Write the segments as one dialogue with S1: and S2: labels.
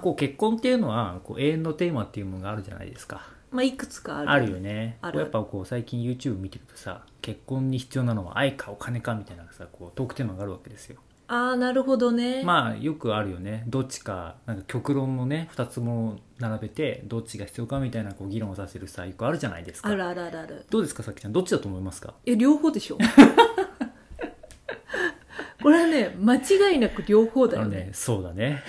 S1: こう結婚っていうのはこう永遠のテーマっていうものがあるじゃないですか
S2: まあいくつかある
S1: あるよね
S2: ある
S1: やっぱこう最近 YouTube 見てるとさ結婚に必要なのは愛かお金かみたいなさこうトークテーマがあるわけですよ
S2: ああなるほどね、
S1: まあよくあるよねどっちかなんか極論のね2つも並べてどっちが必要かみたいなこう議論をさせるさよくあるじゃないですか
S2: あるあるあるある
S1: どうですかさきちゃんどっちだと思いますか
S2: いや両方 でしょこれはね間違いなく両方だ
S1: あ
S2: よ
S1: の
S2: ね
S1: ねそうだね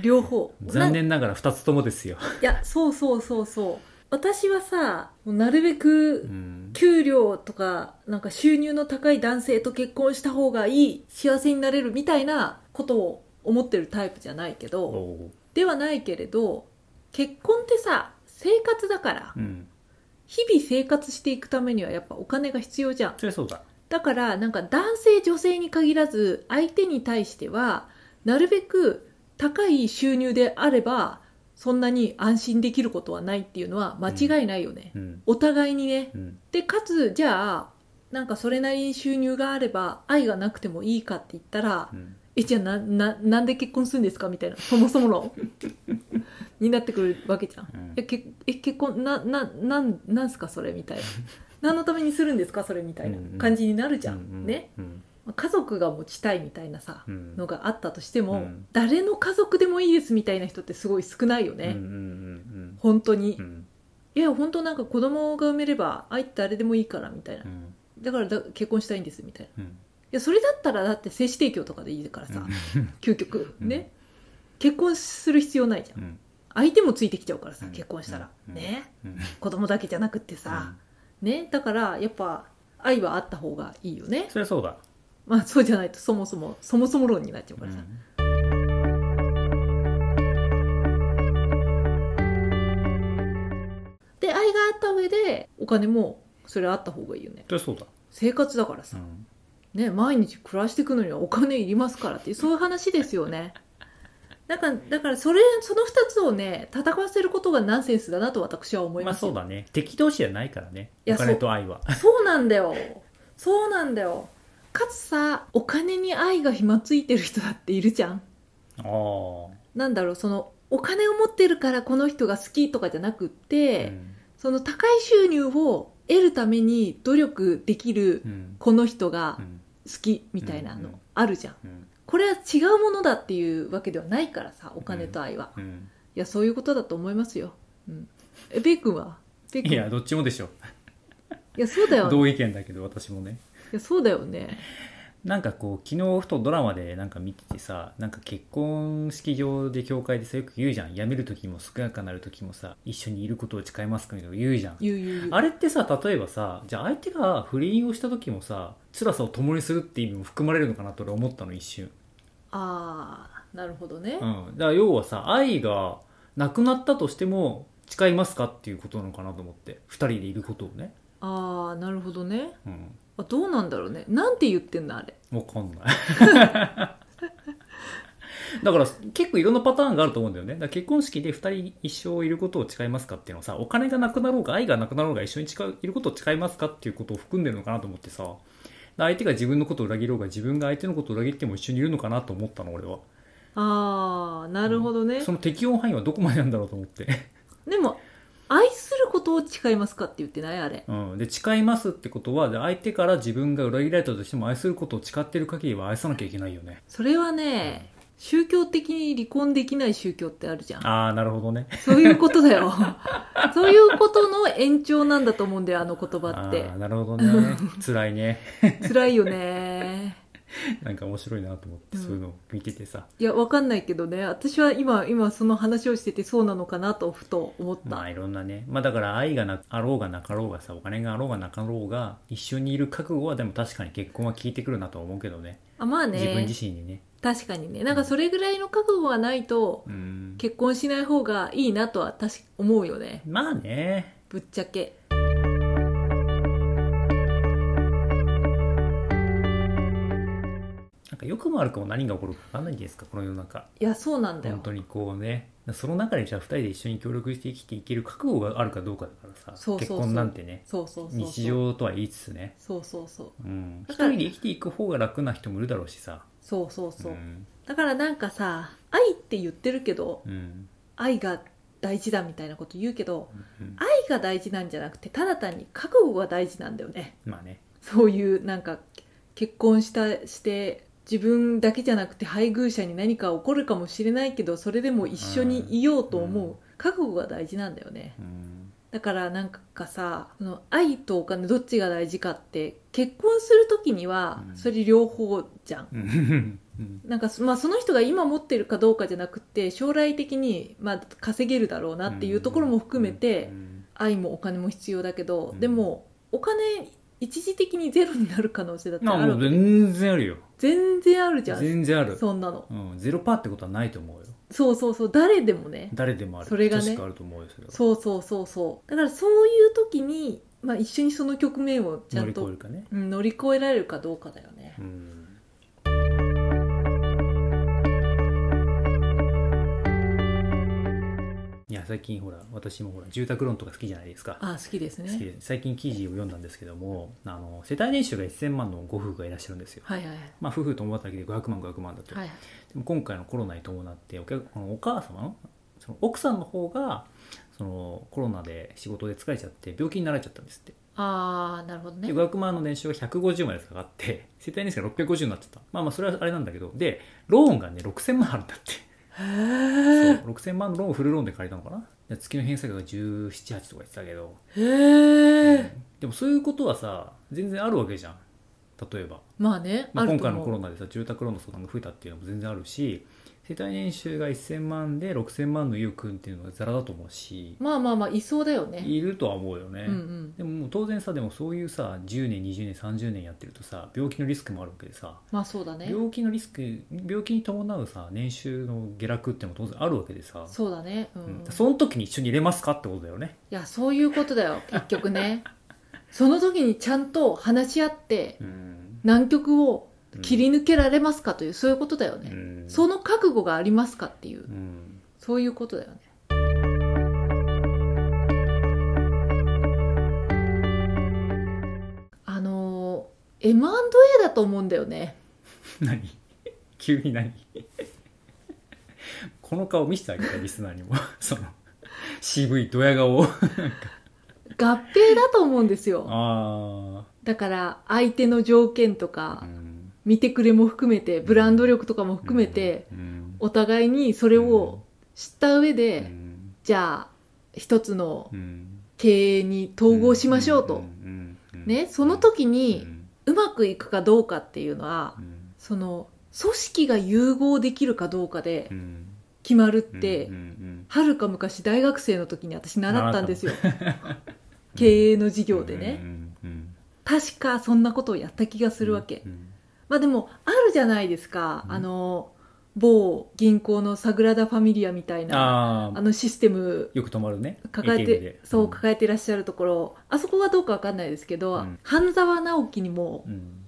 S2: 両方
S1: 残念ながら2つともですよ、
S2: いやそうそうそうそう私はさもうなるべ
S1: う
S2: く
S1: ん、
S2: 給料とかなんか収入の高い男性と結婚した方がいい幸せになれるみたいなことを思ってるタイプじゃないけ
S1: お
S2: ど
S1: う
S2: ではないけれど結婚ってさ生活だから
S1: うん
S2: 日々生活していくためにはやっぱお金が必要じゃん
S1: そりゃそうだ
S2: だからなんか男性女性に限らず相手に対してはなるべく高い収入であればそんなに安心できることはないっていうのは間違いないよね、
S1: うん
S2: お互いにね
S1: うん
S2: でかつじゃあなんかそれなりに収入があれば愛がなくてもいいかって言ったら
S1: うん
S2: えじゃあなななんで結婚するんですかみたいなそもそ ものになってくるわけじゃん
S1: うん
S2: えけえ結婚なななんなんすかそれみたい な何のためにするんですかそれみたいな
S1: うんうん
S2: 感じになるじゃん、
S1: うんうん
S2: ね
S1: うん
S2: まあ家族が持ちたいみたいなさ、
S1: うん
S2: のがあったとしても、
S1: うん
S2: 誰の家族でもいいですみたいな人ってすごい少ないよね、
S1: うんうん
S2: 本当に、
S1: うんうん
S2: いや本当なんか子供が産めれば愛って誰でもいいからみたいな
S1: うんうん
S2: だからだ結婚したいんですみたいない
S1: うん
S2: やそれだったらだって精子提供とかでいいからさ、究極
S1: うん
S2: ね、結婚する必要ないじゃん
S1: うん
S2: 相手もついてきちゃうからさ
S1: うん
S2: 結婚したら、
S1: うん
S2: ね
S1: うん
S2: 子供だけじゃなくってさ、ねだからやっぱ愛はあった方がいいよね
S1: そりゃそうだ
S2: まあそうじゃないとそもそもそもそも論になっちゃうからさ、で愛があった上でお金もそれあった方がいいよね
S1: そりゃそうだ
S2: 生活だからさ、
S1: ん
S2: ね毎日暮らしていくのにはお金いりますからっていうそういう話ですよね だからだからそれその2つをね戦わせることがナンセンスだなと私は思い
S1: まあ
S2: ますよ
S1: そうだね敵同士じゃないからね
S2: いや
S1: お金と愛は
S2: そうなんだよそうなんだよかつさお金に愛がひまついてる人だっているじゃん
S1: ああ
S2: なんだろうそのお金を持ってるからこの人が好きとかじゃなくって、
S1: うん
S2: その高い収入を得るために努力できる
S1: うん
S2: この人が
S1: うん
S2: 好きみたいな
S1: うんう
S2: の
S1: ん
S2: あるじゃん
S1: うん
S2: これは違うものだっていうわけではないからさお金と愛は、
S1: う
S2: い
S1: ん
S2: やそういうことだと思いますよ、うん、えベイ君はベイ
S1: い
S2: 君い
S1: やどっちもでしょ
S2: やそうだよい
S1: 同意見だけど私もね
S2: やそうだよね
S1: なんかこう昨日ふとドラマでなんか見ててさなんか結婚式場で教会でさよく言うじゃん辞める時も健やかなる時もさ一緒にいることを誓いますかみたいなこと言うじゃん
S2: 言う言う言う
S1: あれってさ例えばさじゃあ相手が不倫をした時もさ辛さを共にするって意味も含まれるのかなと俺思ったの一瞬、
S2: あーなるほどね、
S1: うん、だから要はさ愛がなくなったとしても誓いますかっていうことなのかなと思って2人でいることをね
S2: ああなるほどね
S1: うん
S2: あどうなんだろうねなんて言ってんのあれ
S1: わかんない だから結構いろんなパターンがあると思うんだよねだから結婚式で2人一生いることを誓いますかっていうのはさお金がなくなろうが愛がなくなろうが一緒に誓ういることを誓いますかっていうことを含んでるのかなと思ってさだから相手が自分のことを裏切ろうが自分が相手のことを裏切っても一緒にいるのかなと思ったの俺は
S2: ああなるほどね、
S1: その適用範囲はどこまでなんだろうと思っ て、
S2: でも愛することを誓いますかって言ってないあれ
S1: うん、で誓いますってことはで相手から自分が裏切られたとしても愛することを誓ってる限りは愛さなきゃいけないよね
S2: それはね宗教的に離婚できない宗教ってあるじゃん
S1: ああなるほどね
S2: そういうことだ よそういうことの延長なんだと思うんだよあの言葉っ
S1: あーなるほどね辛いね
S2: て辛いよね
S1: なんか面白いなと思って、
S2: うん
S1: そういうのを見ててさ。
S2: いやわかんないけどね私は今今その話をしててそうなのかなとふと思った、
S1: まあいろんなね。まあだから愛がなあろうがなかろうがさ、お金があろうがなかろうが、一緒にいる覚悟はでも確かに結婚は効いてくるなとは思うけどね。
S2: あまあね
S1: 自分自身にね。
S2: 確かにねなんかそれぐらいの覚悟がないと
S1: うん。
S2: 結婚しない方がいいなとは確か思うよね
S1: まあね。
S2: ぶっちゃけ
S1: なんか良くも悪くも何が起こるか分かんないんじゃないですか、この世の中。
S2: いやそうなんだよ
S1: 本当にこうね。その中でじゃあ二人で一緒に協力して生きていける覚悟があるかどうかだからさ。
S2: そうそうそ
S1: 結
S2: う
S1: 婚なんてね。
S2: そうそうそうそう
S1: 日常とは言いつつね。
S2: そうそうそう
S1: うん。
S2: だ
S1: 一
S2: から
S1: 人で生きていく方が楽な人もいるだろうしさ。
S2: そうそうそう、
S1: うん。
S2: だからなんかさ愛って言ってるけど
S1: うん。
S2: 愛が大事だみたいなこと言うけど
S1: うん
S2: 愛が大事なんじゃなくてただ単に覚悟が大事なんだよね
S1: まあね
S2: そういうなんか結婚したして自分だけじゃなくて配偶者に何か起こるかもしれないけどそれでも一緒にいようと思
S1: うん
S2: う覚悟が大事なんだよね
S1: うん
S2: だからなんかさその愛とお金どっちが大事かって結婚する時には
S1: うん
S2: それ両方じゃん
S1: うんうん
S2: なんかそまあ、その人が今持ってるかどうかじゃなくて将来的に、まあ、稼げるだろうなっていうところも含め
S1: う
S2: て、
S1: ん
S2: 愛もお金も必要だけど、
S1: うん
S2: でもお金一時的にゼロになる可能性だって
S1: まあ
S2: あ
S1: もう
S2: る
S1: 全然あるよ
S2: 全然あるじゃん
S1: 全然ある
S2: そんなの
S1: うんゼロパーってことはないと思うよ
S2: そうそうそう誰でもね
S1: 誰でもある
S2: それがね
S1: 確かあると思うよそれは
S2: そうそうそうそうだからそういう時に、まあ、一緒にその局面をち
S1: 乗
S2: ゃ
S1: り
S2: ん
S1: 越え
S2: と
S1: るかね
S2: うん乗り越えられるかどうかだよね
S1: うんいや最近ほら私もほら住宅ローンとか好きじゃないですか
S2: あ好きです
S1: 好
S2: ね
S1: きです最近記事を読んだんですけどもあの世帯年収が1000万のご夫婦がいらっしゃるんですよ、
S2: はいはいはい
S1: まあ、夫婦共働きで500万500万だと、
S2: はいはい
S1: でも今回のコロナに伴ってお客あのお母様のその奥さんの方がそのコロナで仕事で疲れちゃって病気になられちゃったんですって
S2: ああなるほどね
S1: で500万の年収が150まで下がって世帯年収が650になっちゃったまあまあそれはあれなんだけどでローンがね6000万あるんだって
S2: へ
S1: そう
S2: ー
S1: 6000万のローンをフルローンで借りたのかなで月の返済額が178とか言ってたけど、
S2: へえ
S1: でもそういうことはさ全然あるわけじゃん例えば、
S2: まあね、
S1: まあ、
S2: ある
S1: 今
S2: と
S1: 回
S2: 思
S1: の
S2: う
S1: コロナでさ住宅ローンの相談が増えたっていうのも全然あるし世帯年収が1000万で6000万の家を組んっていうのがザラだと思うし
S2: まあまあまあいそうだよね
S1: いるとは思うよね、
S2: うんうん
S1: でももう当然さでもそういうさ10年20年30年やってるとさ病気のリスクもあるわけでさ
S2: まあそうだね
S1: 病気のリスク病気に伴うさ年収の下落っていうのも当然あるわけでさ
S2: そうだねうん、
S1: うん
S2: い
S1: その時に一緒に入れますかってことだよね
S2: やそういうことだよ結局ね その時にちゃんと話し合って
S1: うん
S2: 難局を切り抜けられますかというそういうことだよね、
S1: うん
S2: その覚悟がありますかってい
S1: う
S2: う
S1: ん
S2: そういうことだよねあのー M&A だと思うんだよね
S1: 何 急に何この顔見せてあげたリスナーにも その渋いドヤ顔 を
S2: 合併だと思うんですよ
S1: あ
S2: だから相手の条件と
S1: あ、
S2: か
S1: ん、
S2: 見てくれも含めてブランド力とかも含めて
S1: うん
S2: お互いにそれを知った上で、
S1: うん
S2: じゃあ一つの
S1: うん
S2: 経営に統合しましょうと、
S1: んうんうん
S2: ね、その時
S1: う
S2: に
S1: ん
S2: うまくいくかどうかっていうのは
S1: うん
S2: その組織が融合できるかどうかで
S1: うん
S2: 決まるっ
S1: うん
S2: て
S1: うんうん
S2: はるか昔大学生の時に私習ったんですよ
S1: ん
S2: 経営の授業でね
S1: うんうん
S2: 確かそんなことをやった気がするわけ、
S1: うん
S2: まあでもあるじゃないですか、
S1: うん
S2: あの某銀行のサグラダ・ファミリアみたいなあ
S1: ああ
S2: のシステム
S1: よく泊まるね
S2: 抱え
S1: ATM
S2: て
S1: で
S2: そう
S1: うん
S2: 抱えてらっしゃるところあそこはどうかわかんないですけど、
S1: うん
S2: 半沢直樹にも
S1: うん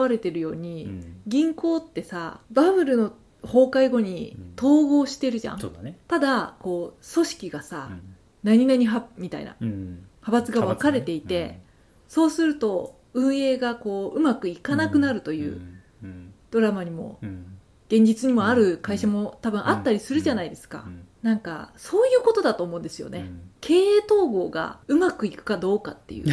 S2: 現れてるように、
S1: うん
S2: 銀行ってさバブルの崩壊後に
S1: うん
S2: 統合してるじゃん、
S1: そうだね
S2: ただこう組織がさ、
S1: うん
S2: 何々派みたいな
S1: うん
S2: 派閥が分かれていて、そうすると運営がこううまくいかなくなるという、
S1: うん
S2: ドラマにも
S1: うんうん
S2: 現実にもある会社も多分あったりするじゃないですか、
S1: うん
S2: なんかそういうことだと思うんですよね、
S1: うん
S2: 経営統合がうまくいくかどうか っていう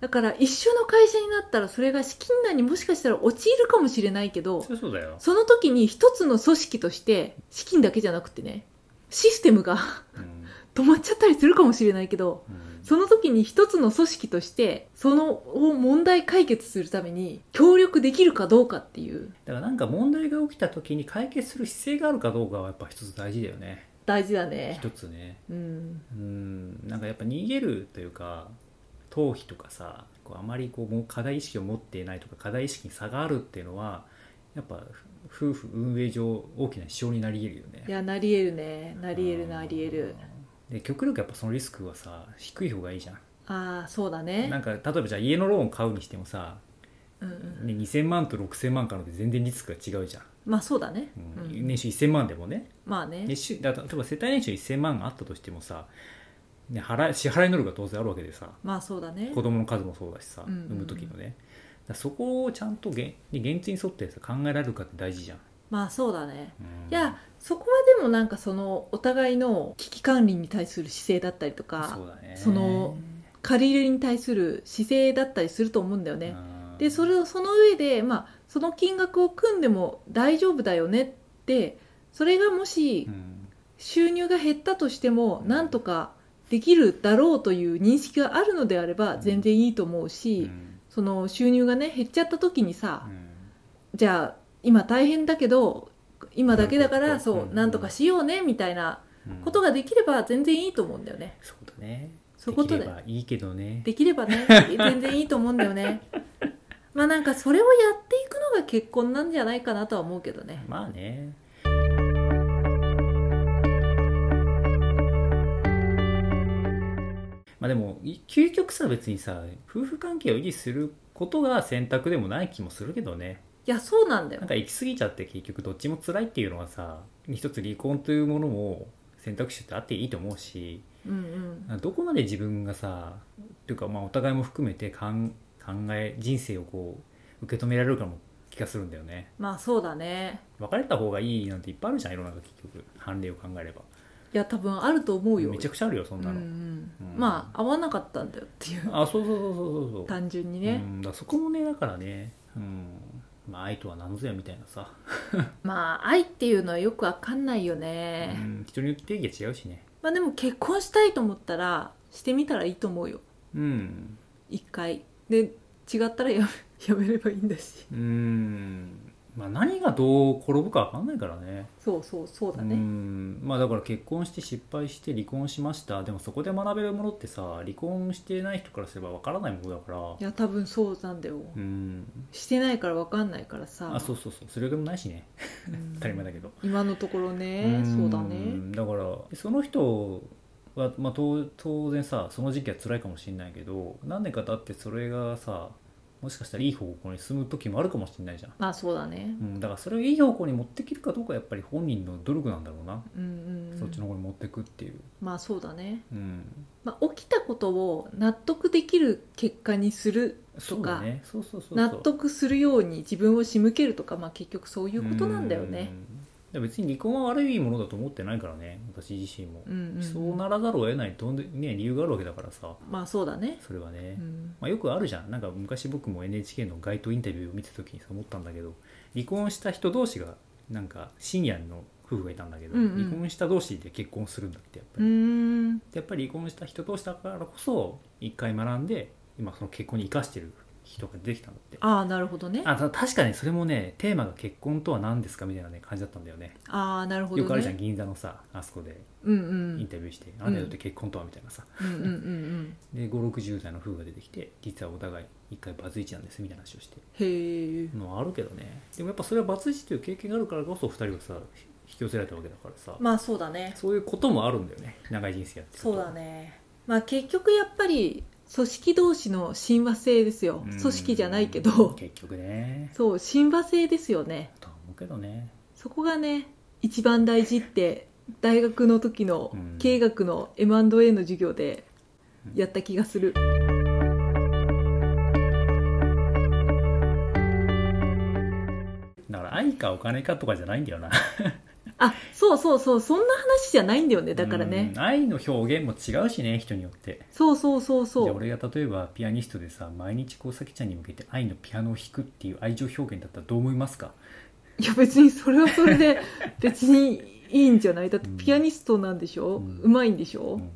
S2: だから一緒の会社になったらそれが資金難にもしかしたら陥るかもしれないけど
S1: そりゃそうだよ、
S2: その時に一つの組織として資金だけじゃなくてねシステムが
S1: うん
S2: 止まっちゃったりするかもしれないけど
S1: うん
S2: その時に一つの組織としてそのを問題解決するために協力できるかどうかっていう
S1: だからなんか問題が起きた時に解決する姿勢があるかどうかはやっぱ一つ大事だよね
S2: 大事だね
S1: 一つね
S2: うん
S1: うんなんかやっぱ逃げるというか逃避とかさこうあまりこうもう課題意識を持っていないとか課題意識に差があるっていうのはやっぱ夫婦運営上大きな支障になり得るよね
S2: いやなり得るねなり得るなり得る
S1: で極力やっぱそのリスクはさ低い方がいいじゃん
S2: ああそうだね
S1: なんか例えばじゃあ家のローン買うにしてもさ、
S2: うんうん、
S1: ね、2000万と6000万からので全然リスクが違うじゃん、
S2: まあそうだね、
S1: うん
S2: うん
S1: 年収1000万でもね
S2: まあね
S1: 年収だから例えば世帯年収1000万があったとしてもさ、ね、払い支払い能力が当然あるわけでさ
S2: まあそうだね
S1: 子供の数もそうだしさ、
S2: うんうんうん
S1: 産む時のねだからそこをちゃ現現実に沿ってさ考えられるかって大事じゃん
S2: まあそうだね
S1: うん
S2: いやそこはでもなんかそのお互いの危機管理に対する姿勢だったりとか
S1: そうだね
S2: その借り入れに対する姿勢だったりすると思うんだよね、
S1: うん
S2: でそれをその上で、まあ、その金額を組んでも大丈夫だよねってそれがもし
S1: うん
S2: 収入が減ったとしても
S1: うん
S2: なんとかできるだろうという認識があるのであれば
S1: ん
S2: 全然いいと思う
S1: う
S2: し、
S1: ん
S2: その収入がね減っちゃった時に
S1: う
S2: さ、
S1: ん
S2: じゃあ今大変だけど今だけだか
S1: なん
S2: ら
S1: とか
S2: そううんなんとかしようねみたいな
S1: うん
S2: ことができれば全然いいと思うんだよね。
S1: そうだね
S2: そういうこと
S1: で
S2: で
S1: きればいいけどね
S2: できればね 全然いいと思うんだよねまあなんかそれをやっていくのが結婚なんじゃないかなとは思うけどね
S1: まあねまあでもい究極さ別にさ夫婦関係を維持することが選択でもない気もするけどね
S2: いやそうなんだよ
S1: なんか行き過ぎちゃって結局どっちも辛いっていうのはさ一つ離婚というものも選択肢ってあっていいと思うし
S2: うんうん
S1: どこまで自分がさっていうかまあお互いも含めてかん考え人生をこう受け止められるかも気がするんだよね
S2: まあそうだね
S1: 別れた方がいいなんていっぱいあるじゃん世の中結局判例を考えれば
S2: いや多分あると思うよ
S1: めちゃくちゃあるよそんな
S2: うん
S1: の、
S2: うん
S1: うん
S2: まあ合わなかったんだよっていう
S1: あそうそうそうそうそうそう
S2: 単純に
S1: う
S2: ね、
S1: ん、だからそこもねだからねうんまあ愛とは何ぞやみたいなさ、
S2: まあ愛っていうのはよくわかんないよ
S1: う
S2: ね、
S1: ん、人によって定義が違うしね
S2: まあでも結婚したいと思ったらしてみたらいいと思うよ
S1: うん
S2: 一回で違ったらやめ やめればいいんだし
S1: うんまあ何がどう転ぶか分かんないからね
S2: そうそうそうだ
S1: う
S2: ね、
S1: んまあだから結婚して失敗して離婚しましたでもそこで学べるものってさ離婚してない人からすれば分からないものだか
S2: い
S1: ら
S2: や多分そうなんだよ、
S1: うん
S2: してないから分かんないからさ
S1: あそうそうそうそれでもないしね
S2: うん
S1: 当たり前だけど
S2: 今のところね
S1: ん
S2: そうだね
S1: だからその人は、まあ、当当然さその時期は辛いかもしれないけど何年か経ってそれがさもしかしたらいい方向に進む時もあるかもしれないじゃん、
S2: まあそうだね
S1: うん、だからそれをいい方向に持っていけるかどうかやっぱり本人の努力なんだろうな、
S2: うんうんうん
S1: そっちの方に持っていくっていう、
S2: まあそうだね、
S1: うん、
S2: まあ、起きたことを納得できる結果にする
S1: そうだねそうそうそうそう
S2: 納得するように自分を仕向けるとか、まあ、結局そういうことなんだ
S1: う
S2: よ
S1: ん
S2: ね。
S1: で別に離婚は悪いものだと思ってないからね私自身も、
S2: うんうん
S1: そうならざるを得ないどんで、ね、理由があるわけだからさ
S2: まあそうだね、
S1: それはね、
S2: うん、
S1: まあ、よくあるじゃんなんか昔僕も NHK の街頭インタビューを見てた時にそう思ったんだけど離婚した人同士がなんか深夜の夫婦がいたんだけど、
S2: うんうん
S1: 離婚した同士で結婚するんだってやっぱ
S2: う
S1: り、
S2: ーん
S1: やっぱり離婚した人同士だからこそ一回学んで今その結婚に生かしてる人ができたんだって
S2: ああなるほどね
S1: あた確かにそれもねテーマが結婚とは何ですかみたいな、ね、感じだったんだよね
S2: ああなるほどね
S1: よくあるじゃん銀座のさあそこで
S2: うんう
S1: イン
S2: ん
S1: タビューして、あなたにとって結婚とはみたいなさ
S2: うんうんうんうん
S1: で560代の夫婦が出てきて実はお互い一回バツイチなんですみたいな話をして
S2: へえ
S1: のはあるけどねでもやっぱそれはバツイチという経験があるからこそ2人がさ引き寄せられたわけだからさ、
S2: まあそうだね
S1: そういうこともあるんだよね長い人生やってると
S2: そうだねまあ結局やっぱり組織同士の親和性ですよ
S1: うん
S2: 組織じゃないけど
S1: 結局ね
S2: そう親和性ですよね
S1: とは思うけどね
S2: そこがね一番大事って大学の時の
S1: うん
S2: 経営学の M&A の授業でやった気がする、
S1: だから愛かお金かとかじゃないんだよな
S2: あそうそうそうそんな話じゃないんだよねだからね、
S1: うん愛の表現も違うしね人によって
S2: そうそうそうそ
S1: じゃあ
S2: う
S1: 俺が例えばピアニストでさ毎日こうさきちゃんに向けて愛のピアノを弾くっていう愛情表現だったらどう思いますか
S2: いや別にそれはそ れで別にいいんじゃないだってピアニストなんでしょ、
S1: う
S2: うんまいんでしょ
S1: う、ん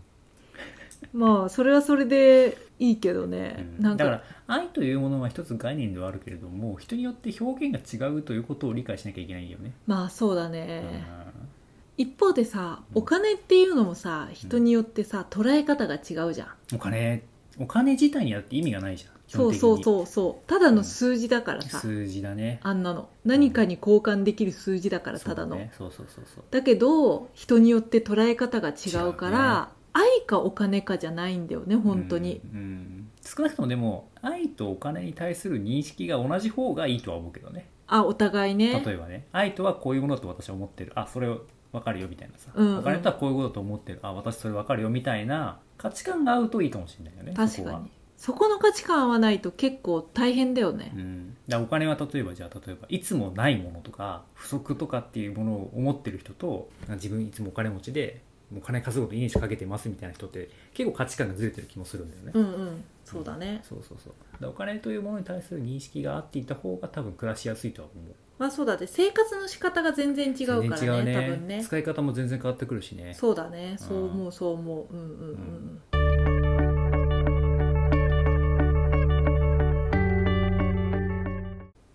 S2: まあそれはそれでいいけどね、なん
S1: だか
S2: から
S1: 愛というものは一つ概念ではあるけれども人によって表現が違うということを理解しなきゃいけないよね、
S2: まあそうだね、
S1: うん
S2: 一方でさ
S1: うん
S2: お金っていうのもさ人によってさ捉え方が違うじゃん
S1: お金お金自体にだって意味がないじゃん基
S2: そ
S1: 本
S2: う
S1: 的に
S2: そうそうそうただの数字だからさ、
S1: 数字だね
S2: あんなの何かに交換できる数字だから
S1: そう
S2: ただのだ,、
S1: ねそうそうそうそう
S2: けど人によって捉え方が違うか
S1: 違う
S2: ら愛かお金かじゃないんだよね本当に、
S1: うんうん少なくともでも愛とお金に対する認識が同じ方がいいとは思うけどね
S2: あお互いね
S1: 例えばね愛とはこういうものだと私は思ってるあそれ分かるよみたいなさ、
S2: うんうん
S1: お金とはこういうことだと思ってるあ私それ分かるよみたいな価値観が合うといいかもしれないよね
S2: 確
S1: そこ
S2: か
S1: は
S2: にそこの価値観合わないと結構大変だよね
S1: うん、だからお金は例えばじゃあ例えばいつもないものとか不足とかっていうものを思ってる人とあ自分いつもお金持ちでお金稼ぐことに命かけてますみたいな人って結構価値観がずれてる気もするんだよね、
S2: うんうんそうだね
S1: そうそうそうだからお金というものに対する認識があっていた方が多分暮らしやすいとは思う
S2: まあそうだね生活の仕方が全然違うからね
S1: 全
S2: 多
S1: 然違
S2: 分ね
S1: 使い方も全然変わってくるしね
S2: そうだねそう思うそう思ううんうんうん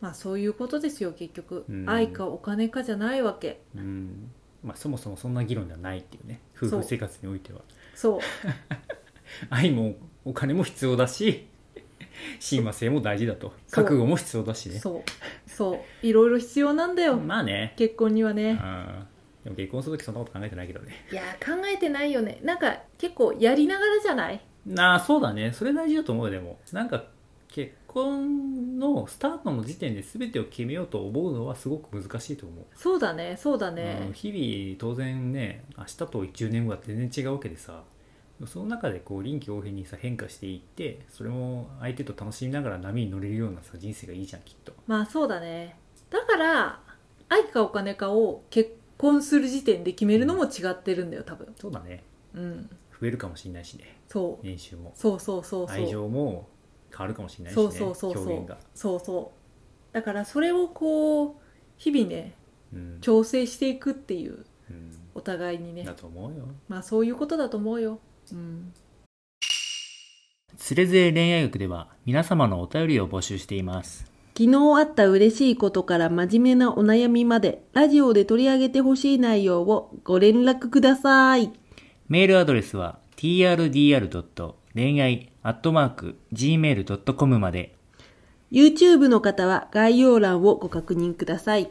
S2: まあそういうことですよ結局、
S1: うん
S2: 愛かお金かじゃないわけ
S1: うんまあ、そもそもそんな議論ではないっていうね夫
S2: そう
S1: 婦生活においては
S2: そう
S1: 愛もお金も必要だし親和性も大事だと
S2: そう
S1: 覚悟も必要だしね
S2: そうそういろいろ必要なんだよ、
S1: まあね
S2: 結婚にはね、
S1: うんでも結婚するときそんなこと考えてないけどね。
S2: いやー考えてないよねなんか結構やりながらじゃない
S1: なあ、そうだね。それ大事だと思うよでも。なんか、結婚のスタートの時点で全てを決めようと思うのはすごく難しいと思う。
S2: そうだねそうだ
S1: うん
S2: ね、
S1: 日々、当然ね、明日と10年後は全然違うわけでさ、その中でこう臨機応変にさ変化していって、それも相手と楽しみながら波に乗れるようなさ人生がいいじゃん、きっと。
S2: まあそうだねだから愛かお金かを結婚する時点で決めるのも違ってるんだよ多分
S1: そうだね。
S2: うん
S1: 増えるかもしれないしね、
S2: そう
S1: 年収も。
S2: そうそうそうそう
S1: 愛情も変わるかもしれないし
S2: そ
S1: ね
S2: う、そうそうそ
S1: 表現
S2: う
S1: が。
S2: そうそうだからそれをこう日々ね
S1: うん
S2: 調整していくっていう
S1: うん
S2: お互いにね
S1: だと思うよ。
S2: まあそういうことだと思うようん
S1: つれづれ恋愛学では皆様のお便りを募集しています。
S2: 昨日あった嬉しいことから真面目なお悩みまで、ラジオで取り上げてほしい内容をご連絡ください。
S1: メールアドレスは trdr. 恋愛 .gmail.com まで。
S2: YouTube の方は概要欄をご確認ください。